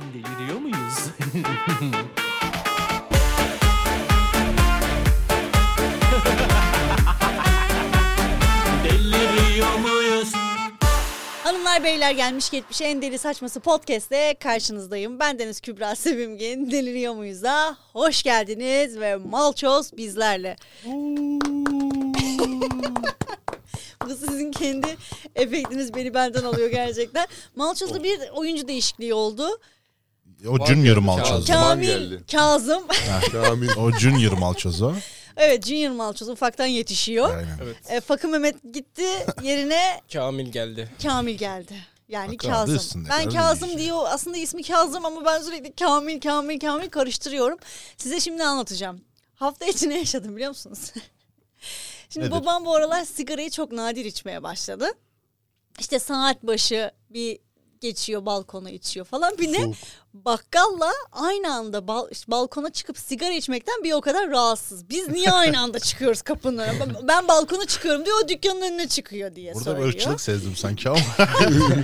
Deliriyor muyuz? Deliriyor muyuz? Hanımlar beyler gelmiş geçmiş en deli saçması podcast'te karşınızdayım. Ben Deniz Kübra Sevimgin. Deliriyor muyuz da? Hoş geldiniz ve Malçoz bizlerle. Bu sizin kendi efektiniz beni benden alıyor gerçekten. Oh. Malçoz'da bir oyuncu değişikliği oldu. O Junior Malçoz. Kazım. Zaman Kamil geldi. Kazım. Kamil. O Junior Malçoz o. evet Junior Malçoz ufaktan yetişiyor. Aynen. E, Fakı Mehmet gitti yerine Kamil geldi. Kamil geldi. Yani Hatta adı Kazım. üstünde, Ben öyle şey. Kazım değişik. diye o- aslında ismi Kazım ama ben sürekli Kamil Kamil Kamil karıştırıyorum. Size şimdi anlatacağım. Hafta içi ne yaşadım biliyor musunuz? şimdi Nedir? babam bu aralar sigarayı çok nadir içmeye başladı. İşte saat başı bir geçiyor balkona içiyor falan. Bir de Soğuk. bakkalla aynı anda bal- balkona çıkıp sigara içmekten bir o kadar rahatsız. Biz niye aynı anda çıkıyoruz kapının önüne? Ben- Ben balkona çıkıyorum diyor o dükkanın önüne çıkıyor diye Burada bir söylüyor. ırkçılık sezdim sanki ama.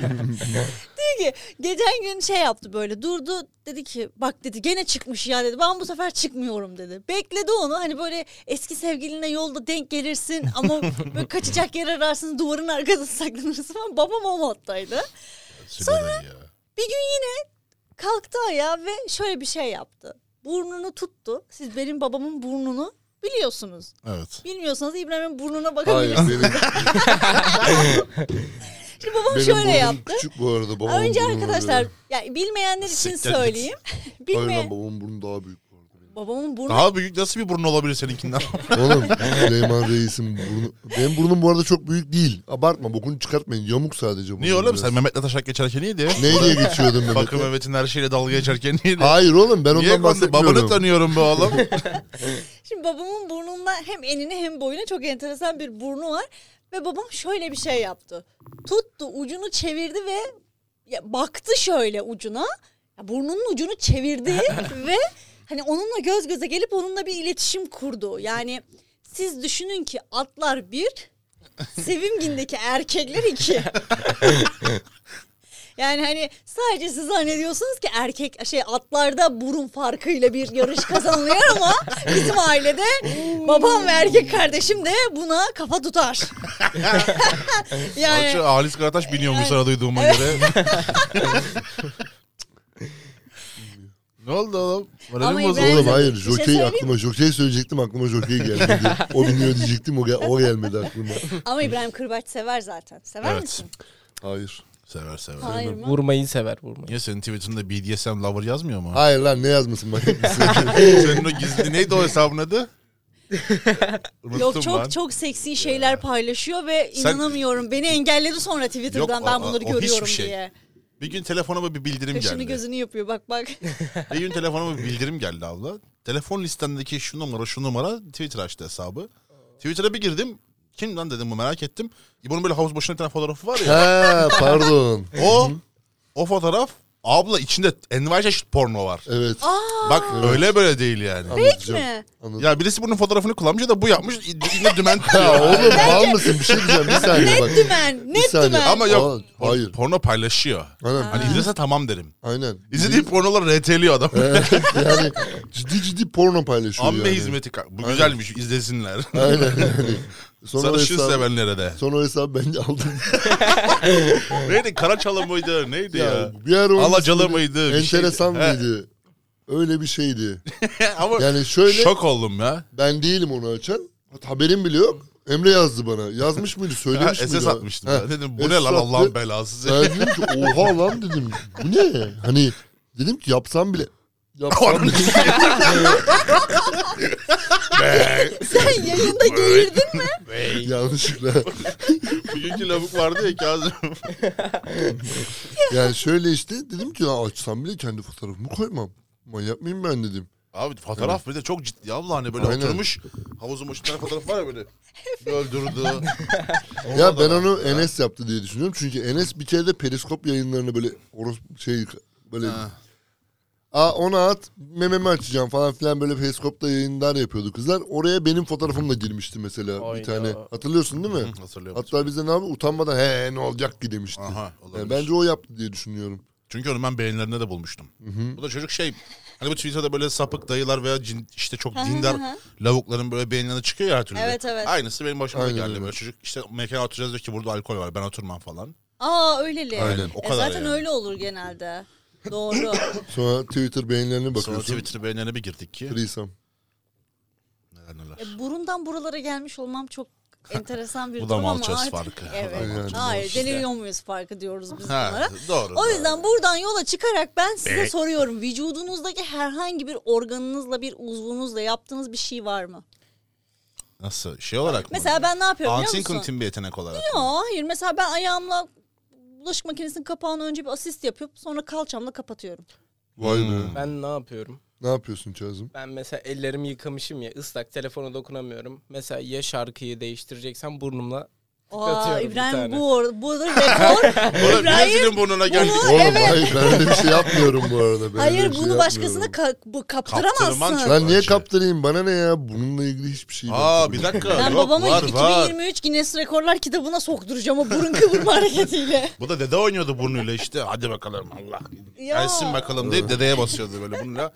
ki geçen gün şey yaptı böyle durdu dedi ki bak dedi gene çıkmış ya dedi ben bu sefer çıkmıyorum dedi. Bekledi onu hani böyle eski sevgiline yolda denk gelirsin ama böyle kaçacak yer ararsın duvarın arkasına saklanırsın falan babam o moddaydı. Sonra... Bir gün yine kalktı ayağa ve şöyle bir şey yaptı. Burnunu tuttu. Siz benim babamın burnunu biliyorsunuz. Evet. Bilmiyorsanız İbrahim'in burnuna Hayır bakabilirsiniz. benim, Şimdi babam benim şöyle burnum yaptı. küçük bu arada. Babamın Önce burnu arkadaşlar böyle. yani bilmeyenler için Siktir git. söyleyeyim. Hayır lan Bilmeyen babamın burnu daha büyük bu arada. benim. babamın burnu Daha büyük nasıl bir burun olabilir seninkinden? Oğlum Süleyman Reis'in burnu. Benim burnum bu arada çok büyük değil. Abartma bokunu çıkartmayın. Yamuk sadece burnum. niye oğlum biraz. sen Mehmet'le taşak geçerken iyiydi. Neyle geçiyordun Mehmet'e? Bakın Mehmet'in her şeyle dalga geçerken iyiydi. Hayır oğlum ben Niye kondu? ondan bahsetmiyorum. Babanı tanıyorum be oğlum. Şimdi babamın burnunda hem enine hem boyuna çok enteresan bir burnu var. Ve babam şöyle bir şey yaptı. Tuttu ucunu çevirdi ve ya baktı şöyle ucuna. Ya burnunun ucunu çevirdi ve hani onunla göz göze gelip onunla bir iletişim kurdu. Yani siz düşünün ki atlar bir, Sevimgin'deki erkekler iki. Yani hani sadece siz zannediyorsunuz ki erkek şey atlarda burun farkıyla bir yarış kazanılıyor ama bizim ailede babam ve erkek kardeşim de buna kafa tutar. yani Şu Halis Karataş biniyormuş Yani- sana duyduğuma göre. ne oldu oğlum? Ama Moralim bozuldu. İbrahim- Oğlum hayır Bir şey jokey söyleyeyim mi? aklıma jokey söyleyecektim aklıma jokey gelmedi. o biniyor diyecektim o, gel- o gelmedi aklıma. ama İbrahim Kırbaç sever zaten. Sever Evet. misin? Hayır. Sever sever. Hayır mı? Vurmayı sever vurmayı. Niye senin tweetinde BDSM lover yazmıyor mu? Hayır lan ne yazmasın bak. Senin o gizli neydi o hesabın adı? Unuttum Yok çok lan. çok seksi şeyler paylaşıyor ve Sen- inanamıyorum. Beni engelledi sonra Twitter'dan Yok, o- ben bunları o- o hiçbir görüyorum şey. diye. Bir gün telefonuma bir bildirim Kaşını geldi. gözünü yapıyor bak bak. Bir gün telefonuma bir bildirim geldi abla. Telefon listemdeki şu numara şu numara Twitter açtı hesabı. Twitter'a bir girdim. Kim lan dedim bu merak ettim. İbo'nun böyle havuz başında bir tane fotoğrafı var ya. ha pardon. o o fotoğraf abla içinde envai çeşit porno var. Evet. Bak öyle böyle değil yani. Anlatacağım. mi? Anlat- Ya birisi bunun fotoğrafını kullanmış da bu yapmış. Yine dümen Ya tutuyor. oğlum mal mısın? Bir şey diyeceğim bir saniye bak. Net dümen, net saniye. dümen. Ama yok. Aa, hayır. Porno paylaşıyor. Aynen. Hani izlese tamam derim. Aynen. İzlediği pornoları RT'liyor adam. yani ciddi ciddi porno paylaşıyor Amme yani. hizmeti. ka- Bu güzelmiş izlesinler. Aynen yani. Sonra o Sarışın hesabı- sevenlere de. Sonra o hesabı ben de aldım. Neydi? Karaçalı mıydı? Neydi ya? ya, bir ara onun Alacalı ismini- mıydı? Bir Enteresan şeydi. He. mıydı? Öyle bir şeydi. Ama Yani şöyle şok oldum ya. ben değilim onu açan. Haberim bile yok. Emre yazdı bana. Yazmış mıydı? Ha, Söylemiş miydi? SS atmıştım. Ha, ya. Dedim bu SS ne lan attı. Allah'ın belası. Ben dedim ki oha lan dedim. Bu ne? Hani dedim ki yapsam bile. Yapsam Ananı bile. Sen yayında geğirdin. Yanlışlıkla. Bugünkü lavuk vardı ya Kazım. Yani şöyle işte dedim ki ya açsam bile kendi fotoğrafımı koymam. Manyak mıyım ben dedim. Abi fotoğraf bir de çok ciddi abla hani böyle Aynen. oturmuş. Havuzun başında fotoğraf var ya böyle. Bir öldürdü. ya ben onu Enes yaptı diye düşünüyorum. Çünkü Enes bir kere de periskop yayınlarını böyle oros şey böyle Ha. Aa ona at mememi açacağım falan filan böyle periskopta yayınlar yapıyordu kızlar. Oraya benim fotoğrafımla girmişti mesela bir Hayda. tane. Hatırlıyorsun değil mi? Hatırlıyorum. Hatta bize ne abi utanmadan he he, ne olacak ki demişti. Aha Yani olabilir. bence o yaptı diye düşünüyorum. Çünkü onu ben beğenilerinde de bulmuştum. Bu da çocuk şey hani bu Twitter'da böyle sapık dayılar veya cin- işte çok dindar lavukların böyle beğenilerine çıkıyor ya her türlü. Evet, evet. Aynısı benim başıma da Aynen geldi öyle. böyle çocuk işte mekana oturacağız diyor ki burada alkol var ben oturmam falan. Aa öyleli. Aynen, o E, kadar zaten yani. öyle olur genelde. Doğru. E, Sonra Twitter beğenilerine Sonra bakıyorsun. Twitter Hmm. beğenilerine bir girdik ki Threesome. neler neler. E, burundan buralara gelmiş olmam çok enteresan bir Bu da durum ama malçöz artık- farkı. Evet. Bu da malçöz Hayır işte. deliriyor muyuz farkı diyoruz biz Ha, bunlara. doğru. O doğru. yüzden buradan yola çıkarak ben size soruyorum. Vücudunuzdaki herhangi bir organınızla bir uzvunuzla yaptığınız bir şey var mı? Nasıl şey olarak mı? Mesela ben ne yapıyorum biliyor musun? Antin bir yetenek olarak. mı? Yo, hayır mesela ben ayağımla bulaşık makinesinin kapağını önce bir asist yapıp sonra kalçamla kapatıyorum. Vay Hmm. be. Ben ne yapıyorum? Ne yapıyorsun Çağız'ım? Ben mesela ellerimi yıkamışım ya ıslak telefona dokunamıyorum. Mesela ya şarkıyı değiştireceksem burnumla Aa, Kapatıyorum bir İbrahim bu tane. or- bu rekor. Oğlum niye İbrahim, senin burnuna geldi? bunu- Oğlum evet. hayır ben öyle bir şey yapmıyorum bu arada. Ben öyle Hayır bir şey bunu başkasına yapmıyorum. ka- bu Kaptırman kaptıramazsın. çok- Ben niye Bence. kaptırayım? Bana ne ya? Bununla ilgili hiçbir şey yok. Aa bir dakika. Ben Yok, babamı var, var. 2023 Guinness Rekorlar kitabına sokturacağım o burun kıvırma hareketiyle. Bu da dede oynuyordu burnuyla işte. Hadi bakalım Allah. Ya. Gelsin bakalım deyip dedeye basıyordu böyle bununla.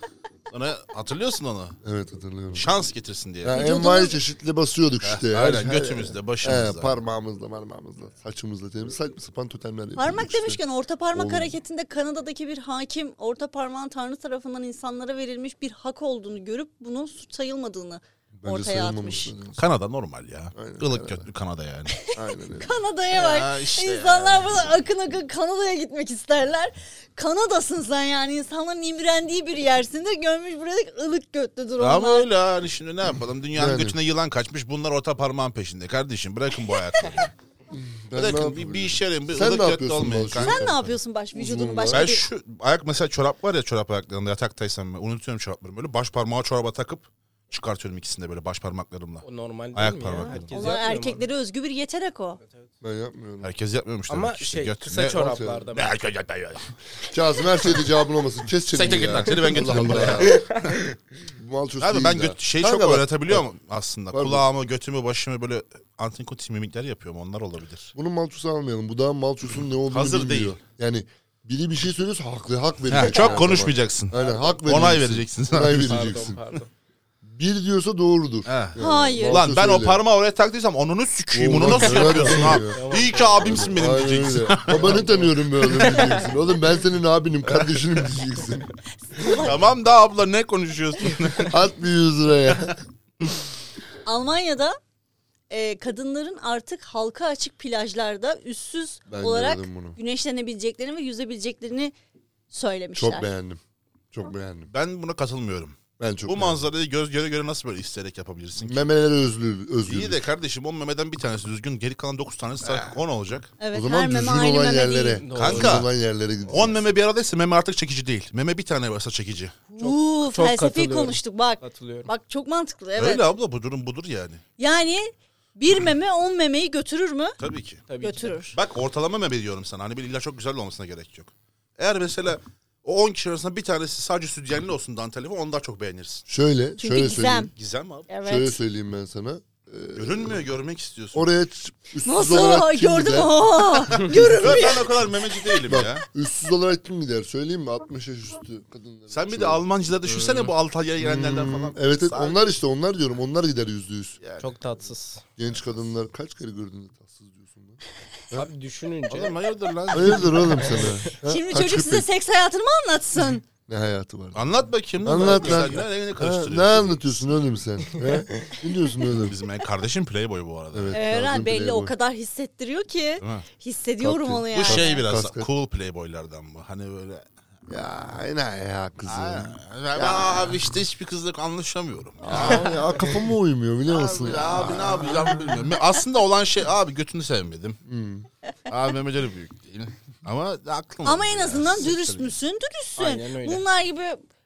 Sonra hatırlıyorsun onu. Evet hatırlıyorum. Şans getirsin diye. Ya, Vücudumuz- envai çeşitli basıyorduk işte. Her- Eh, Aynen her- götümüzde, He, başımızda. parmağımızla, parmağımızla, saçımızla, temiz, saçma sapan totemler yapıyorduk Parmak işte. demişken orta parmak Oğlum. hareketinde Kanada'daki bir hakim orta parmağın Tanrı tarafından insanlara verilmiş bir hak olduğunu görüp bunun suç sayılmadığını Bence ortaya sayılmamış atmış. zaten. Kanada normal ya. Aynen, Ilık götlü Kanada yani. Aynen öyle. Kanada'ya bak. Ya işte İnsanlar burada akın akın Kanada'ya gitmek isterler. Kanada'sın sen yani. İnsanların imrendiği bir yersin de görmüş burada ılık götlü Ama durumlar. öyle hani şimdi ne yapalım? Dünyanın Yani. götüne yılan kaçmış. Bunlar orta parmağın peşinde. Kardeşim bırakın bu hayatları. Ben ne bırakın bir, yapayım? bir işe yarayın. Bir Sen ne ılık götlü yapıyorsun olmayın. Balcı? kanka. Sen ne yapıyorsun baş vücudunu Uzmanım başka Ben bir... şu ayak mesela çorap var ya çorap ayaklarında yataktaysam ben unutuyorum çoraplarımı böyle baş parmağı çoraba takıp çıkartıyorum ikisini de böyle baş parmaklarımla. o normal değil Ayak mi parmakları. ya? Herkes Olan yapmıyor mu? erkeklere özgü bir yetenek o. Ben yapmıyorum. Herkes yapmıyormuş demek Ama ki şey Göt- kısa ne- çoraplarda. Ne ben- erkek ya- ya- ya- Kazım her şeyde cevabın olmasın. Kes çeneni Sekte git ya. lan, seni ben getiririm Allah buraya. Allah. Bu mal çözü Abi ben değil ya. göt, şeyi Kanka çok bak, öğretebiliyor bak, mu aslında? Var mı? Kulağımı, götümü, başımı böyle antin kuntin mimikler yapıyorum. Onlar olabilir. Bunun malçusu almayalım. Bu daha malçusun ne olduğunu Hazır bilmiyor. değil. Yani biri bir şey söylüyorsa haklı hak Ha, vereceksin. çok yani konuşmayacaksın. ama. Aynen hak vereceksin. Onay vereceksin. Onay Pardon vereceksin. pardon. Bir diyorsa doğrudur. Ha. Yani Hayır. Lan malçus ben o öyle. parmağı oraya taktıysam onunu sikeyim. Onu Oğlum, nasıl helal yapıyorsun olsun ha? ya. İyi ki abimsin benim Aynen diyeceksin. öyle. Babanı tanıyorum böyle diyeceksin. Oğlum ben senin abinim, kardeşinim diyeceksin. tamam da abla ne konuşuyorsun? At bir yüz liraya. Almanya'da e, kadınların artık halka açık plajlarda üstsüz Ben olarak gördüm bunu. güneşlenebileceklerini ve yüzebileceklerini söylemişler. Çok beğendim. Çok beğendim. ben buna katılmıyorum. Ben çok Bu beğendim. manzarayı göz göre göre nasıl böyle isteyerek yapabilirsin ki? Memelere özlü, özgür. İyi de kardeşim on memeden bir tanesi düzgün. Geri kalan 9 tanesi sarkık 10 olacak. Evet, o her zaman meme düzgün aynı olan meme yerlere. değil. Doğru. Kanka. Düzgün olan yerlere gideceksin. 10 meme bir aradaysa meme artık çekici değil. Meme bir tane varsa çekici. Uuu çok felsefi katılıyorum. konuştuk bak. Katılıyorum. Bak çok mantıklı evet. Öyle abla bu durum budur yani. Yani bir meme on memeyi götürür mü? Tabii ki. Tabii ki. Götürür. Bak ortalama meme diyorum sana. Hani bir illa çok güzel olmasına gerek yok. Eğer mesela o 10 kişi arasında bir tanesi sadece sütyenli olsun danteli ve onu daha çok beğenirsin. Şöyle, Çünkü şöyle gizem. söyleyeyim. Gizem abi. Evet. Şöyle söyleyeyim ben sana. Ee, Görünmüyor görmek istiyorsun. Oraya ç- üstsüz Nasıl? olarak kim Gördün mü? gider? Aa, Ya ben o kadar memeci değilim ya. Üstsüz olarak kim gider? Söyleyeyim mi? 60 yaş üstü kadınlar. Sen bir Şöyle. de Almancılar düşünsene bu Altay'a gelenlerden falan. Hmm. Evet evet Sağ- onlar işte onlar diyorum. Onlar gider yüzde yüz. Çok tatsız. Genç kadınlar kaç kere gördün de tatsız diyorsun lan. Abi düşününce Oğlum hayırdır lan? Hayırdır oğlum sana? Ha? Şimdi Kaç çocuk köpek? size seks hayatını mı anlatsın? Ne hayatı var? Anlat bakayım. Anlat Sen lan. yine evini Ha, karıştırıyorsun. ne anlatıyorsun oğlum sen? Ha? ne diyorsun oğlum? Bizim en kardeşim Playboy bu arada. Evet, Öğren lazım belli Ee, o Playboy. kadar hissettiriyor ki. Değil mi? Hissediyorum Tabii. onu yani. Bu şey biraz Kaskı. cool Playboy'lardan bu. Hani böyle Ya ne ya kızım. Ya, ben abi işte hiçbir kızla anlaşamıyorum. ya kafama uymuyor biliyor musun? Abi, abi ne yapacağım bilmiyorum. Aslında olan şey abi götünü sevmedim. Abi memeleri büyük değil. Ama aklım. Ama oldu en ya. azından dürüst Siktir. müsün? Dürüstsün. Aynen öyle. Bunlar gibi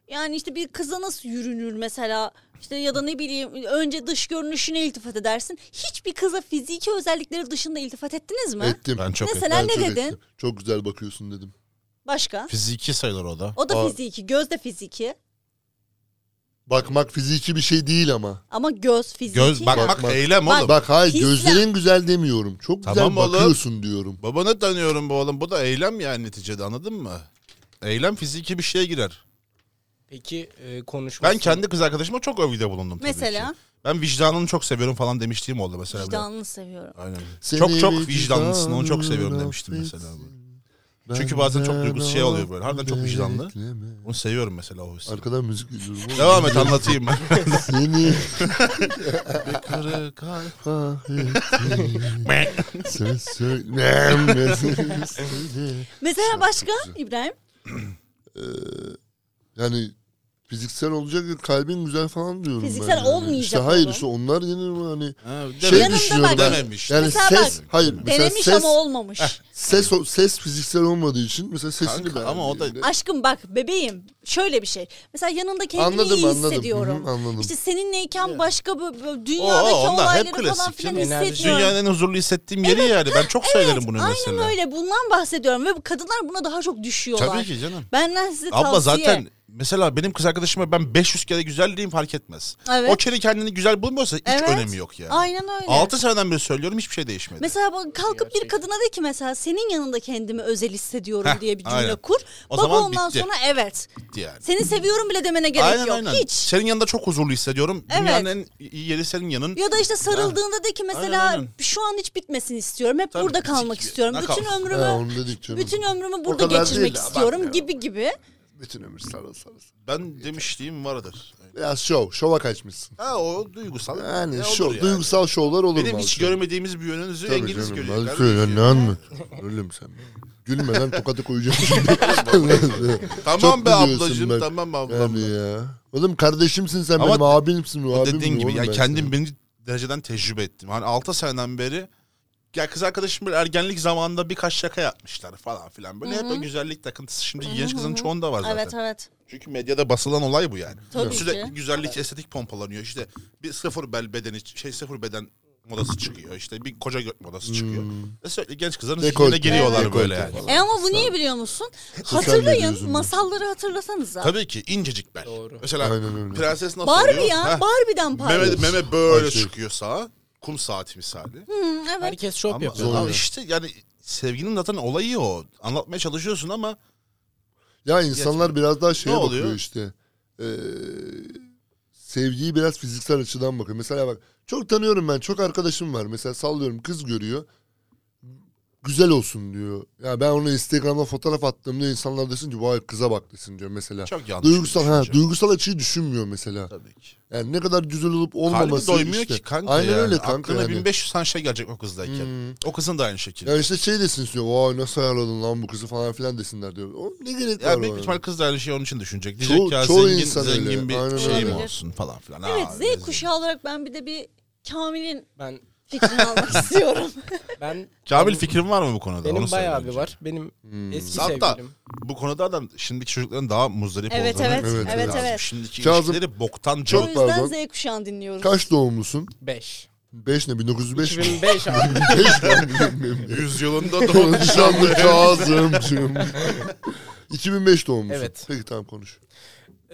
yani işte bir kıza nasıl yürünür mesela işte ya da ne bileyim önce dış görünüşüne iltifat edersin. Hiçbir kıza fiziki özellikleri dışında iltifat ettiniz mi? Ettim. Ben çok e- Mesela Ben ne çok dedin? ettim. Çok güzel bakıyorsun dedim. Başka? Fiziki sayılır o da. O da Aa. fiziki, göz de fiziki. Bakmak fiziki bir şey değil ama. Ama göz fiziki. Göz bakmak Bakmak. eylem Bak. oğlum. Bak hayır Hisler. gözlerin güzel demiyorum. Çok Tamam güzel oğlum. bakıyorsun diyorum. Babanı tanıyorum bu oğlum. Bu da eylem yani neticede anladın mı? Eylem fiziki bir şeye girer. Peki e, konuşması. Ben kendi kız arkadaşıma çok övgüde bulundum tabii Mesela ki. Ben vicdanını çok seviyorum falan demiştiğim oldu mesela. bile. vicdanını seviyorum. Aynen. Seni çok çok vicdanlısın vicdanın onu çok seviyorum demiştim mesela. Ben Çünkü bazen çok ben duygusal şey oluyor böyle. Harbiden çok vicdanlı. bekleme. Onu seviyorum mesela o hissi. Arkadan müzik üzülür. Devam et anlatayım ben. Seni Kırık kalp. kahrettim. Sen söylemezsin. Mesela başka İbrahim? Ee, yani fiziksel olacak ya, kalbin güzel falan diyorum Fiziksel ben. yani. olmayacak İşte hayır oğlum. işte onlar yenir hani. Ha, Şey dememiş. düşünüyorum ben. Dememiş. Yani Mesela ses bak, hayır mesela Denemiş ses ama olmamış. ses o- ses fiziksel olmadığı için mesela sesini Kanka, ben- ama o da- Aşkım bak bebeğim şöyle bir şey. Mesela yanında kendimi Anladım, iyi anladım. hissediyorum. Hı hı, anladım. İşte seninleyken başka böyle, böyle Oo, dünyadaki onlar hep olayları falan klasik filan canım, enerji. hissetmiyorum. Dünyanın en huzurlu hissettiğim yeri yani. Ben çok söylerim bunu aynen mesela. öyle bundan bahsediyorum ve bu kadınlar buna daha çok düşüyorlar. Tabii ki canım. Benden size tavsiye. Abla zaten mesela benim kız arkadaşıma ben 500 kere güzel diyeyim fark etmez. Evet. O kere kendini güzel bulmuyorsa hiç Evet. önemi yok yani. Aynen öyle. 6 seneden beri söylüyorum hiçbir şey değişmedi. Mesela bu- kalkıp bir Gerçekten. kadına de ki mesela senin yanında kendimi özel hissediyorum Heh, diye bir cümle aynen. kur. O Baba zaman ondan bitti. sonra evet. Bitti yani. Seni seviyorum bile demene gerek aynen yok. aynen. Hiç. Senin yanında çok huzurlu hissediyorum. Evet. Dünyanın en iyi yeri senin yanın. Ya da işte sarıldığında de ki mesela Aynen, aynen. şu an hiç bitmesin istiyorum. Hep Tabii, burada bitik kalmak bir- istiyorum. nakal. Bütün ömrümü Ha, onu dedik canım. bütün ömrümü burada kadar değil geçirmek de istiyorum abartmayalım. gibi gibi. bütün ömür sarıl sarıl. Ben demişliğim vardır. Biraz şov, şova kaçmışsın. Ha o duygusal. Yani ne şov, olur yani. duygusal şovlar olur Benim bazen. hiç görmediğimiz bir yönünüzü Tabii Enginiz canım, görüyor. ben kardeşim. söylüyorum, ne anlıyorsun? Öyle mi sen? Gülmeden tokatı koyacağım şimdi. Tamam Çok be biliyorsun ablacığım ben. tamam ablam. yani ya. Oğlum kardeşimsin sen Ama benim abimsin. abim dediğin mi gibi oğlum yani ben kendim sana? birinci dereceden tecrübe ettim. Hani 6 seneden beri ya kız arkadaşım böyle ergenlik zamanında birkaç şaka yapmışlar falan filan. Böyle hep o güzellik takıntısı şimdi genç kızın çoğunda var zaten. Evet evet. Çünkü medyada basılan olay bu yani. Tabii Sürekli ki. güzellik estetik pompalanıyor. İşte bir sıfır bel bedeni şey sıfır beden modası çıkıyor. İşte bir koca gök modası çıkıyor. E sürekli genç kızların zihnine Hmm. Dekolte. giriyorlar Evet. böyle Dekolte yani. E ama bu niye biliyor musun? medya Hatırlayın yüzünden. masalları hatırlasanıza. Tabii ki incecik bel. Doğru. Mesela Aynen öyle. prenses nasıl Barbie oluyor? ya. Heh. Barbie'den Meme, paylaş. meme böyle Ay şey. çıkıyor sağa. Kum saati misali. Hı, Hmm, evet. Herkes şop Ama, yapıyor. ama Doğru. işte yani sevginin zaten olayı o. Anlatmaya çalışıyorsun ama Ya insanlar biraz daha şeye Ne oluyor? bakıyor işte. Ee, sevgiyi biraz fiziksel açıdan bakıyor. Mesela bak çok tanıyorum ben. Çok arkadaşım var. Mesela sallıyorum kız görüyor. Güzel olsun diyor. Ya ben ona Instagram'da fotoğraf attığımda insanlar desin ki vay kıza bak desin diyor mesela. çok yanlış. duygusal bir ha düşünce. duygusal açıyı düşünmüyor mesela. Tabii ki. Yani ne kadar güzel olup Kalbi olmaması doymuyor işte. ki kanka Aynen yani. öyle kanka Aklına yani. Hmm. 1500 tane şey gelecek o kızdayken. O kızın da aynı şekilde. Ya işte şey desin diyor. Vay nasıl ayarladın lan bu kızı falan filan desinler diyor. O ne gerek var Ya ona? büyük ihtimal kız da aynı şeyi onun için düşünecek. Diyecek Çoğu- ya çoğu zengin, insan zengin öyle. bir Aynen şeyim öyle. olsun falan filan. Ha, Evet rezil. Z kuşağı olarak ben bir de bir Kamil'in Ben fikrini almak istiyorum. ben Kamil fikrin var mı bu konuda? Onu benim söyle bayağı bir önce. var. Benim Hmm. eski Hatta- sevgilim. Bu konuda da şimdiki çocukların daha muzdarip Evet, olduğunu evet, görmek evet, lazım. evet. Şimdiki Kazım- ilişkileri boktan o çok. Çok yüzden pardon. Z kuşağını dinliyoruz. Kaç doğumlusun? 5. 5 ne 1905 mi? 2005 abi. Yüzyılında doğmuş. Konuşanlı Kazım'cım. 2005 doğumlusun. Evet. Peki tamam konuş.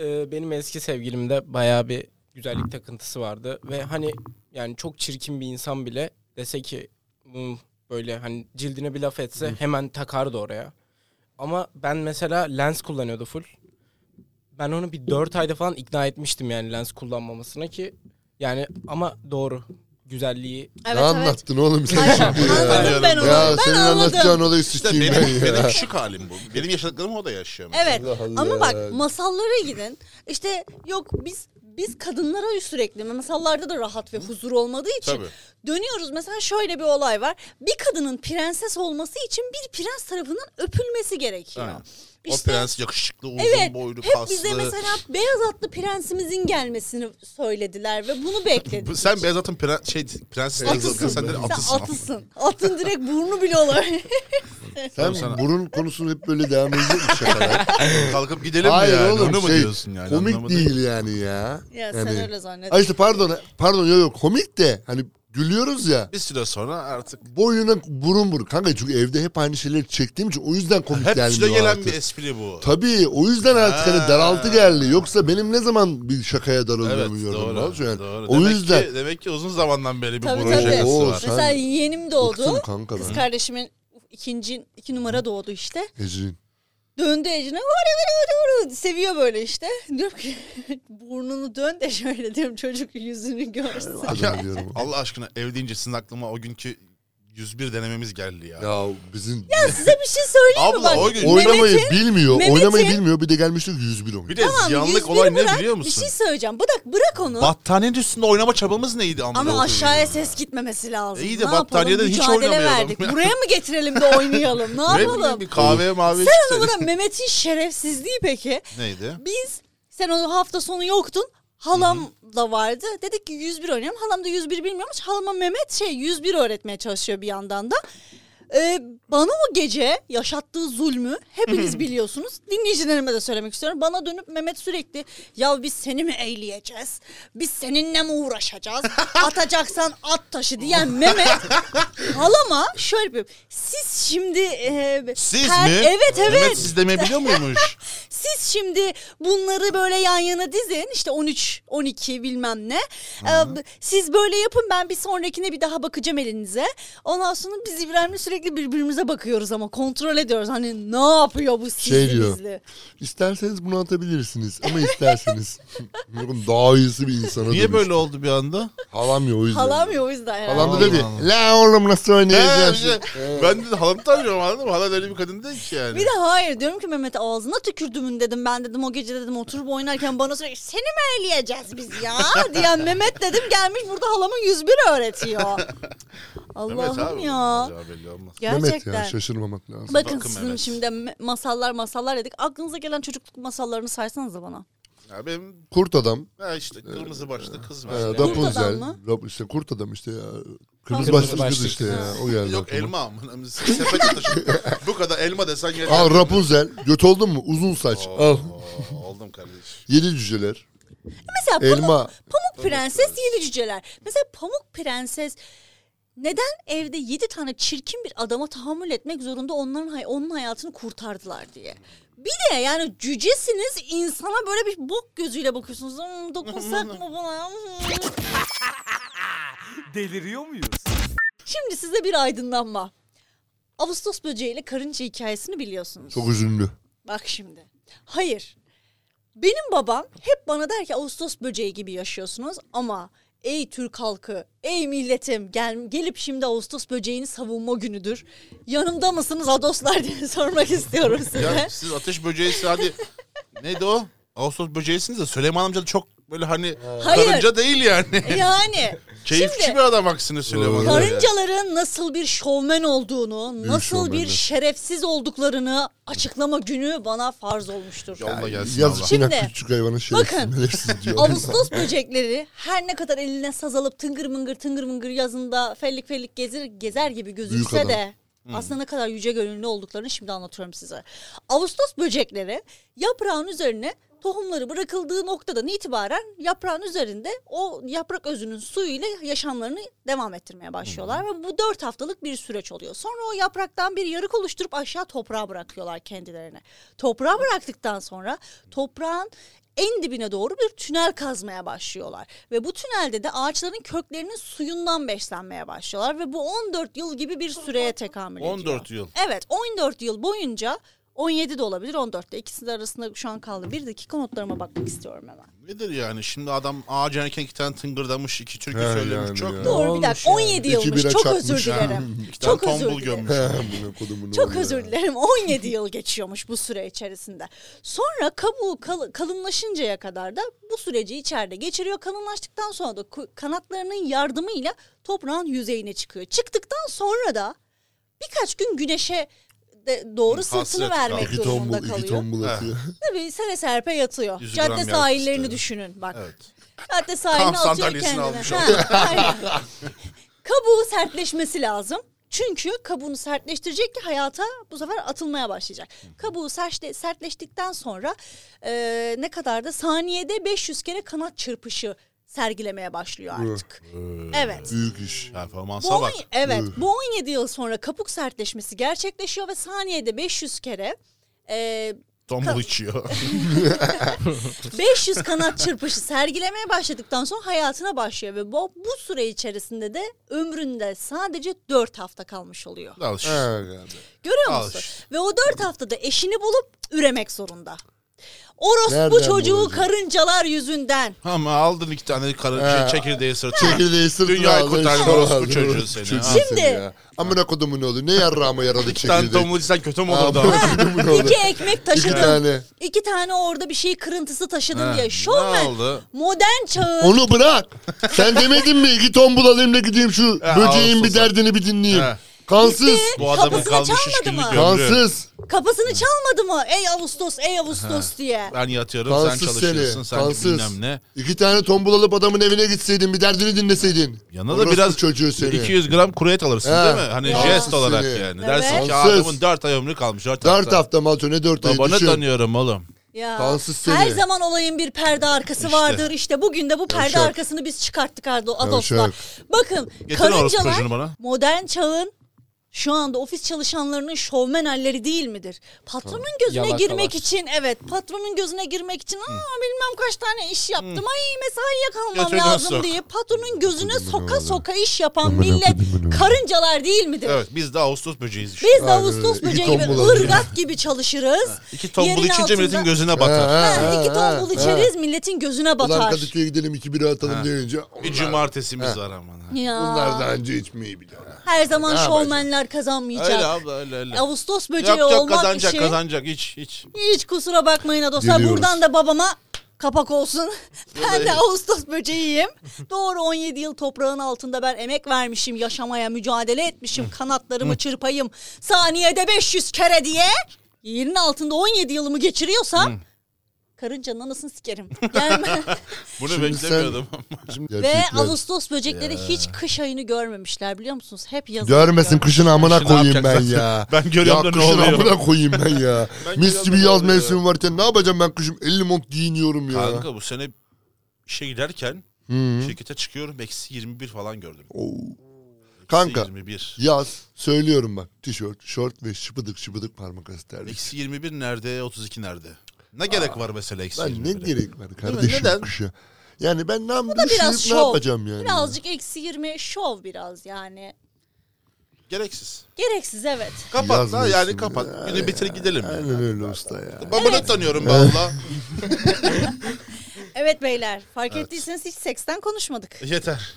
Ee, benim eski sevgilimde bayağı bir güzellik takıntısı vardı ve hani yani çok çirkin bir insan bile dese ki "Hmm," böyle hani cildine bir laf etse hemen takardı oraya. Ama ben mesela lens kullanıyordu full. Ben onu bir 4 ayda falan ikna etmiştim yani lens kullanmamasına ki yani ama doğru güzelliği ne Evet evet. anlattın oğlum sen Aynen, şimdi ya? Anladım ben onu. Ya ben senin anladım. anlatacağın olayı İşte sikeyim ben benim, ya. benim küçük halim bu. Benim yaşadıklarımı o da yaşıyor. mesela. Evet. Allah Allah. Ama bak masallara gidin. İşte yok biz biz kadınlara sürekli masallarda da rahat ve huzur olmadığı için Tabii. dönüyoruz. Mesela şöyle bir olay var. Bir kadının prenses olması için bir prens tarafından öpülmesi gerekiyor. Aynen. İşte- o prens yakışıklı, uzun Evet. boylu, hep kaslı. bize mesela beyaz atlı prensimizin gelmesini söylediler ve bunu Bu- bekledik. Sen Beyazat'ın pre- şey, prenses Atısın. atısın. Sen de atısın. Sen atısın. Atın direkt burnu bile olabilir. Sen sana. burun konusunu hep böyle devam edecek mi şakalar? Kalkıp gidelim Hayır mi yani? oğlum Onu mu şey diyorsun yani? komik Anlamadım. değil yani ya. ya sen yani. öyle zannet. Ay işte pardon pardon yok yok komik de hani gülüyoruz ya. Bir süre sonra artık Boyuna burun burun. Kanka çünkü evde hep aynı şeyleri çektiğim için o yüzden komik hep gelmiyor süre gelen artık. bir espri bu. Tabii o yüzden artık Ha. hani daraltı geldi. Yoksa benim ne zaman bir şakaya Evet darılıyorum doğru. yani. doğru. O demek yüzden Ki, demek ki uzun zamandan beri bir Tabii, burun tabii. şakası Oo, var. sen- Mesela yeğenim bıktım doğdu. kanka Kız ben. kardeşimin ikinci iki numara doğdu işte. Ecrin. Döndü Ecine. "Vara, vara, vara, vara." Seviyor böyle işte. Diyorum ki burnunu dön de şöyle diyorum çocuk yüzünü görsün. Adını diyorum. Allah aşkına ev deyince sizin aklıma o günkü 101 denememiz geldi ya. Ya bizim Size bir şey söyleyeyim mi? Abla Bak, o gün oynamayı bilmiyor. Mehmet'in- Oynamayı bilmiyor. Bir de gelmiş diyor ki 101 oynuyor. bir de tamam, ziyanlık 101 olay ne bırak, biliyor Bir musun? şey söyleyeceğim. Bırak bırak onu. Battaniyenin üstünde oynama çabamız neydi amına Ama koyayım? aşağıya ses gitmemesi lazım. İyi de ne yapalım? battaniyeden hiç Mücadele oynamayalım. verdik. Buraya mı getirelim de oynayalım? Ne Ne bileyim, yapalım? Bir kahve Sen mavi onu içseydik. bırak. Mehmet'in şerefsizliği peki. Neydi? Biz sen o hafta sonu yoktun. Halam da vardı. Dedik ki 101 oynayalım. Halam da 101 bilmiyormuş. Halama Mehmet şey 101 öğretmeye çalışıyor bir yandan da. Ee, bana o gece yaşattığı zulmü hepiniz biliyorsunuz. Dinleyicilerime de söylemek istiyorum. Bana dönüp Mehmet sürekli ya biz seni mi eğleyeceğiz? Biz seninle mi uğraşacağız? Atacaksan at taşı diyen Mehmet halama şöyle bir siz şimdi e, Siz her- mi? Evet evet. Mehmet siz demeyebiliyor muymuş? Siz şimdi bunları böyle yan yana dizin işte 13, 12 bilmem ne. Ee, b- siz böyle yapın ben bir sonrakine bir daha bakacağım elinize. Ondan sonra biz İbrahim'le sürekli birbirimize bakıyoruz ama kontrol ediyoruz. Hani ne yapıyor bu Şey diyor. sizli? İsterseniz bunu atabilirsiniz ama isterseniz. Bakın daha iyisi bir insana Niye dönüş. böyle oldu bir anda? Halam ya o yüzden. Halam ya o yüzden yani. Halam da Allah dedi. Allah. La oğlum nasıl He, oynayacaksın? işte, ben de halamı tanıyorum anladın mı? Hala öyle bir kadın değil ki yani. Bir de hayır diyorum ki Mehmet ağzına tükürdümün dedim. Ben dedim o gece dedim oturup oynarken bana sürekli seni mi eğleyeceğiz biz ya diyen Mehmet dedim gelmiş burada halamın 101 öğretiyor. Mehmet Allah'ım abi, ya. olacağı belli olmaz. Mehmet Gerçekten. ya şaşırmamak lazım. Bakın Bakın sizin evet. şimdi me- masallar masallar dedik. Aklınıza gelen çocukluk masallarını saysanız da bana. Ya benim Kurt adam. ha işte kırmızı başlı kız e, var. Ya, Rapunzel. mı? Rap, işte kurt adam işte ya. Kırmızı Kırmızı başlı kız başlı işte kız. ya. O geldi. Yok aklıma. elma amına. Sepet taşı. Bu kadar elma desen yeter. Al Rapunzel. Göt oldun mu? Uzun saç. Oo, Al. Oldum kardeş. Yedi cüceler. Mesela Pamuk, Elma. Pamuk Prenses yedi cüceler. Mesela Pamuk Prenses neden evde yedi tane çirkin bir adama tahammül etmek zorunda onların hay- onun hayatını kurtardılar diye. Bir de yani cücesiniz insana böyle bir bok gözüyle bakıyorsunuz. Hmm, dokunsak mı buna? Hmm. Deliriyor muyuz? Şimdi size bir aydınlanma. Ağustos böceği ile karınca hikayesini biliyorsunuz. Çok üzünlü. Bak şimdi. Hayır. Benim babam hep bana der ki Ağustos böceği gibi yaşıyorsunuz ama ey Türk halkı, ey milletim gel, gelip şimdi Ağustos böceğini savunma günüdür. Yanımda mısınız adoslar diye sormak istiyorum size. Ya siz ateş böceğisi hadi. Neydi o? Ağustos böceğisiniz de Süleyman amca da çok böyle hani Hayır. karınca değil yani. yani Keyifçi Şimdi- bir adam aksine Süleyman amca. karıncaların nasıl bir şovmen olduğunu, nasıl şovmenler. bir şerefsiz olduklarını açıklama günü bana farz olmuştur. Yolla gelsin Yaz Allah. için Şimdi- haklı küçük hayvana şerefsiz melefsiz diyor. Ağustos böcekleri her ne kadar eline saz alıp tıngır mıngır tıngır mıngır yazında fellik fellik gezir, gezer gibi Büyük gözükse adam. Hmm. de aslında ne kadar yüce gönüllü olduklarını şimdi anlatıyorum size. Ağustos böcekleri yaprağın üzerine tohumları bırakıldığı noktadan itibaren yaprağın üzerinde o yaprak özünün suyu ile yaşamlarını devam Hmm. ettirmeye başlıyorlar. Ve bu dört haftalık bir süreç oluyor. Sonra o yapraktan bir yarık oluşturup aşağı toprağa bırakıyorlar kendilerini. Toprağa bıraktıktan sonra toprağın en dibine doğru bir tünel kazmaya başlıyorlar. Ve bu tünelde de ağaçların köklerinin suyundan beslenmeye başlıyorlar. Ve bu 14 yıl gibi bir süreye tekamül ediyor. 14 yıl. Evet 14 yıl boyunca 17 de olabilir 14 de. İkisi de arasında şu an kaldı. Bir dakika notlarıma bakmak istiyorum hemen. Nedir yani? Şimdi adam ağaç yanarken iki tane tıngırdamış, iki türkü He söylemiş yani çok. ya. da. Doğru bir olmuş dakika ya? 17 İki yılmış. bira Çok çakmış. özür dilerim. İki tane Çok özür tombul dilerim. gömmüş. Amına kodumun oğlu Çok ya. özür dilerim. 17 yıl geçiyormuş bu süre içerisinde. Sonra kabuğu kal- kalınlaşıncaya kadar da bu süreci içeride geçiriyor. Kalınlaştıktan sonra da ku- kanatlarının yardımıyla toprağın yüzeyine çıkıyor. Çıktıktan sonra da birkaç gün güneşe de doğru Hasret sırtını vermek İki durumunda tombul, iki kalıyor. tombul atıyor. Tabii sere serpe yatıyor. Yüzü gram Cadde yağ sahillerini istedim. düşünün bak. Evet. Cadde sahiline Kamp atıyor sandalyesini kendine. almış Ha, aynen. Kabuğu sertleşmesi lazım. Çünkü kabuğunu sertleştirecek ki hayata bu sefer atılmaya başlayacak. Kabuğu sertle- sertleştikten sonra e, ne kadar da saniyede 500 kere kanat çırpışı sergilemeye başlıyor artık. Evet. Büyük iş. Performansa Bu on- bak. evet. Bu 17 yıl sonra kapuk sertleşmesi gerçekleşiyor ve saniyede 500 kere e, Tombul içiyor. 500 kanat çırpışı sergilemeye başladıktan sonra hayatına başlıyor ve bu, bu süre içerisinde de ömründe sadece 4 hafta kalmış oluyor. Al işte. Ha, yani. Görüyor Al musun? işte. Ve o 4 haftada eşini bulup üremek zorunda. Orospu Nereden bu çocuğu bulacak? karıncalar yüzünden. Ama aldın iki tane kara, Ha. şey, çekirdeği sırtına. Çekirdeği sırtına Dünyayı aldın, kurtardın şov orospu aldın, çocuğu orospu seni, çocuğu ha. Şimdi- ya. Amına kodumun oğlu ne yarrağıma yaradı İki tane çekirdeği. tombul içsen kötü mü olurdu abi? Amına kodumun oğlu. İki ekmek İki taşıdın. tane. İki tane orada bir şey kırıntısı taşıdın Ha, diye. ne Şovmen oldu? modern çağın Onu bırak. Sen demedin mi? Git tombul alayım da gideyim şu Ha, böceğin bir olsun sen. derdini bir dinleyeyim. Ha. Kansız. Gitti. Bu adamın Kapısını kalmış üç çalmadı günlük mı? ömrü. Kansız. kapısını çalmadı mı? Ey Ağustos, ey Ağustos diye. Ben yatıyorum, sen Kansız çalışıyorsun, seni. sen Kansız. bilmem ne. İki tane tombul alıp adamın evine gitseydin bir derdini dinleseydin. Yanına da Orospu biraz çocuğu seni. 200 gram kuru et alırsın He. değil mi? Hani Ya. jest olarak Seni. yani. Evet. Dersin ki Kansız. adamın 4 ay ömrü kalmış. 4 Dört hafta Malto ne dört ayı Babanı düşün. tanıyorum oğlum. Ya. Kansız Her seni. zaman olayın bir perde arkası İşte. vardır. İşte bugün de bu perde Yavşak. arkasını biz çıkarttık Ardo Adolf'la. Yavşak. Bakın Getir orospu karıncalar çocuğunu bana. modern çağın şu anda ofis çalışanlarının şovmen halleri değil midir? Patronun gözüne Yalakalar. girmek için evet patronun gözüne girmek için aa bilmem kaç tane iş yaptım ay mesaiye kalmam Götüne lazım sok. diye patronun gözüne soka oğlum. soka iş yapan Amına millet kodumun oğlu. karıncalar değil midir? Evet biz de Ağustos böceğiyiz işte. Biz de Aynen Ağustos öyle. böceği İki gibi tombul alıyor. ırgat gibi çalışırız. İki tombul Yerin içince milletin altında- gözüne Ha, batar. ha, Ha, ha, iki ha, tombul ha. içeriz milletin gözüne Ulan batar. Kadıköy'e gidelim iki bira atalım deyince. "Ulan Bir cumartesimiz var aman. ha. Ya. Bunlar daha önce içmeyi biliyorlar. Her zaman Ne şovmenler kazanmayacak. Öyle abla öyle öyle. Ağustos böceği Yok yok olmak kazanacak için kazanacak hiç hiç. hiç kusura bakmayın dostlar. Geliyoruz. Buradan da babama kapak olsun. ben Buradayız. de Ağustos böceğiyim. Doğru 17 yıl toprağın altında ben emek vermişim, yaşamaya mücadele etmişim. Kanatlarımı çırpayım. Saniyede 500 kere diye. Yerin altında 17 yılımı geçiriyorsam karıncanın anasını sikerim. Gelme. Bunu Şimdi beklemiyordum. Şimdi Ve erkekler- Ağustos böcekleri hiç kış ayını görmemişler biliyor musunuz? Hep yazın. Görmesin kışın amına Kışın ne koyayım ben yapacak ya. Ben görüyorum ya da ne kışın oluyor? amına koyayım ben ya. Ben Mis görüyorum gibi da ne yaz oluyor? mevsimi varken ne yapacağım ben kışın? 50 mont giyiniyorum ya. Hmm. Kanka bu sene işe giderken şirkete çıkıyorum eksi 21 falan gördüm. Oo. Eksi Kanka 21. yaz söylüyorum bak. Tişört, şort ve şıpıdık şıpıdık parmak arası terlik. Eksi 21 nerede 32 nerede? Ne gerek var mesela eksi Ben ne 21'e? gerek var kardeşim Neden? kışa? Yani ben ne, yapayım, biraz üşüyüp ne şov. yapacağım yani? Birazcık eksi 20 şov biraz yani. Gereksiz. Gereksiz evet. Kapat lan Yazmıyorsun. yani kapat. Günü bitir gidelim. yani. Aynen öyle usta ya. Babanı tanıyorum ben valla. Evet beyler fark ettiyseniz hiç seksten konuşmadık. Yeter.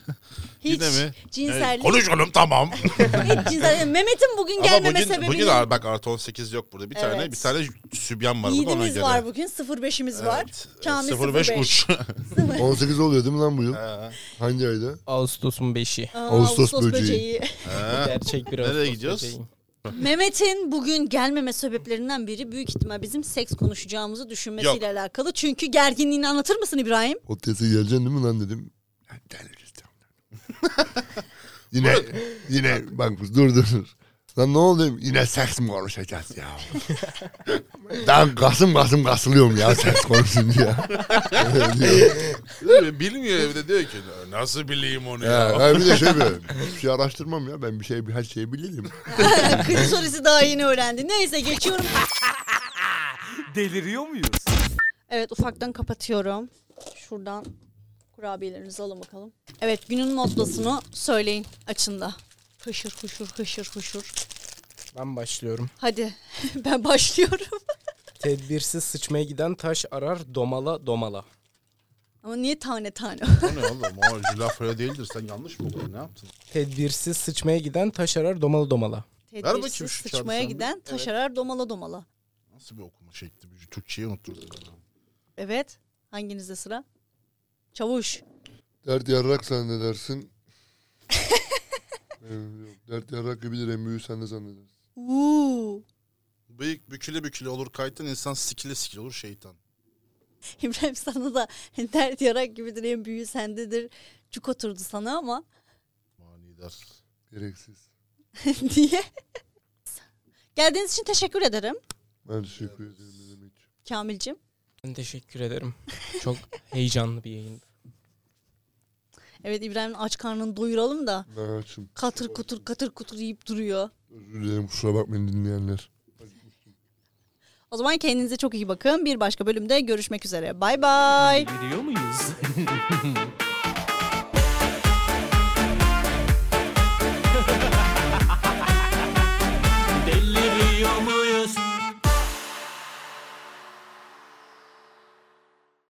Hiç E, Yine mi? Evet, cinsellik. konuşalım tamam. hiç cinsellik. Mehmet'in bugün Ama gelmeme bugün, sebebi bugün ar- bak artı 18 yok burada. Bir tane Evet. bir tane sübyan var. burada, ona Yiğidimiz göre. var bugün 05'imiz var. Kamil 05. 05 e, uç. 18 oluyor değil mi lan bu yıl? Hangi ayda? Ağustos'un 5'i. Aa, Ağustos böceği. Gerçek bir Nereye Ağustos gidiyoruz? böceği. Mehmet'in bugün gelmeme sebeplerinden biri büyük ihtimal bizim seks konuşacağımızı düşünmesiyle alakalı. Çünkü gerginliğini anlatır mısın İbrahim? Podcast'e geleceksin değil mi lan dedim. "Lan Geliriz tamam. yine yine bak kız, dur dur. dur. Lan ne oldu? Yine seks mi konuşacağız ya? ben kasım kasım kasılıyorum ya seks konuşunca ya. Bilmiyor evde diyor ki nasıl bileyim onu ya. ya. Ben bir de şey böyle, bir şey araştırmam ya. Ben bir şey bir her şeyi bilirim. Kız sorusu daha yeni öğrendi. Neyse geçiyorum. Deliriyor muyuz? Evet ufaktan kapatıyorum. Şuradan kurabiyelerinizi alın bakalım. Evet günün motlasını söyleyin açında. Hışır hışır hışır hışır. Ben başlıyorum. Hadi ben başlıyorum. Tedbirsiz sıçmaya giden taş arar domala domala. Ama niye tane tane? O ne oğlum o laf öyle değildir sen yanlış mı okudun ne yaptın? Tedbirsiz sıçmaya giden taş arar domala domala. bakayım Tedbirsiz şu kağıdı sıçmaya sen bir. giden taşarar domala domala. Nasıl bir okuma şekli bu Türkçeyi unutturdun. bana. Evet hanginizde sıra? Çavuş. Dert yarrak zannedersin. Benim yok. Dert yarrak gibidir en büyüğü sen de zannedersin. Uuu. Bıyık büküle büküle olur kaytan insan sikile sikile olur şeytan. İbrahim sana da dert yarak gibidir en büyüğü sendedir. Cuk oturdu sana ama Manidar. Gereksiz. diye. Geldiğiniz için teşekkür ederim Ben teşekkür ederim. Ne demek. Kamil'cim. Ben teşekkür ederim. Çok heyecanlı bir yayın. Evet İbrahim'in aç karnını doyuralım da Ben açım. katır kutur katır kutur yiyip duruyor. Özür dilerim kusura bakmayın dinleyenler. O zaman kendinize çok iyi bakın. Bir başka bölümde görüşmek üzere. Bay bay. Biliyor muyuz?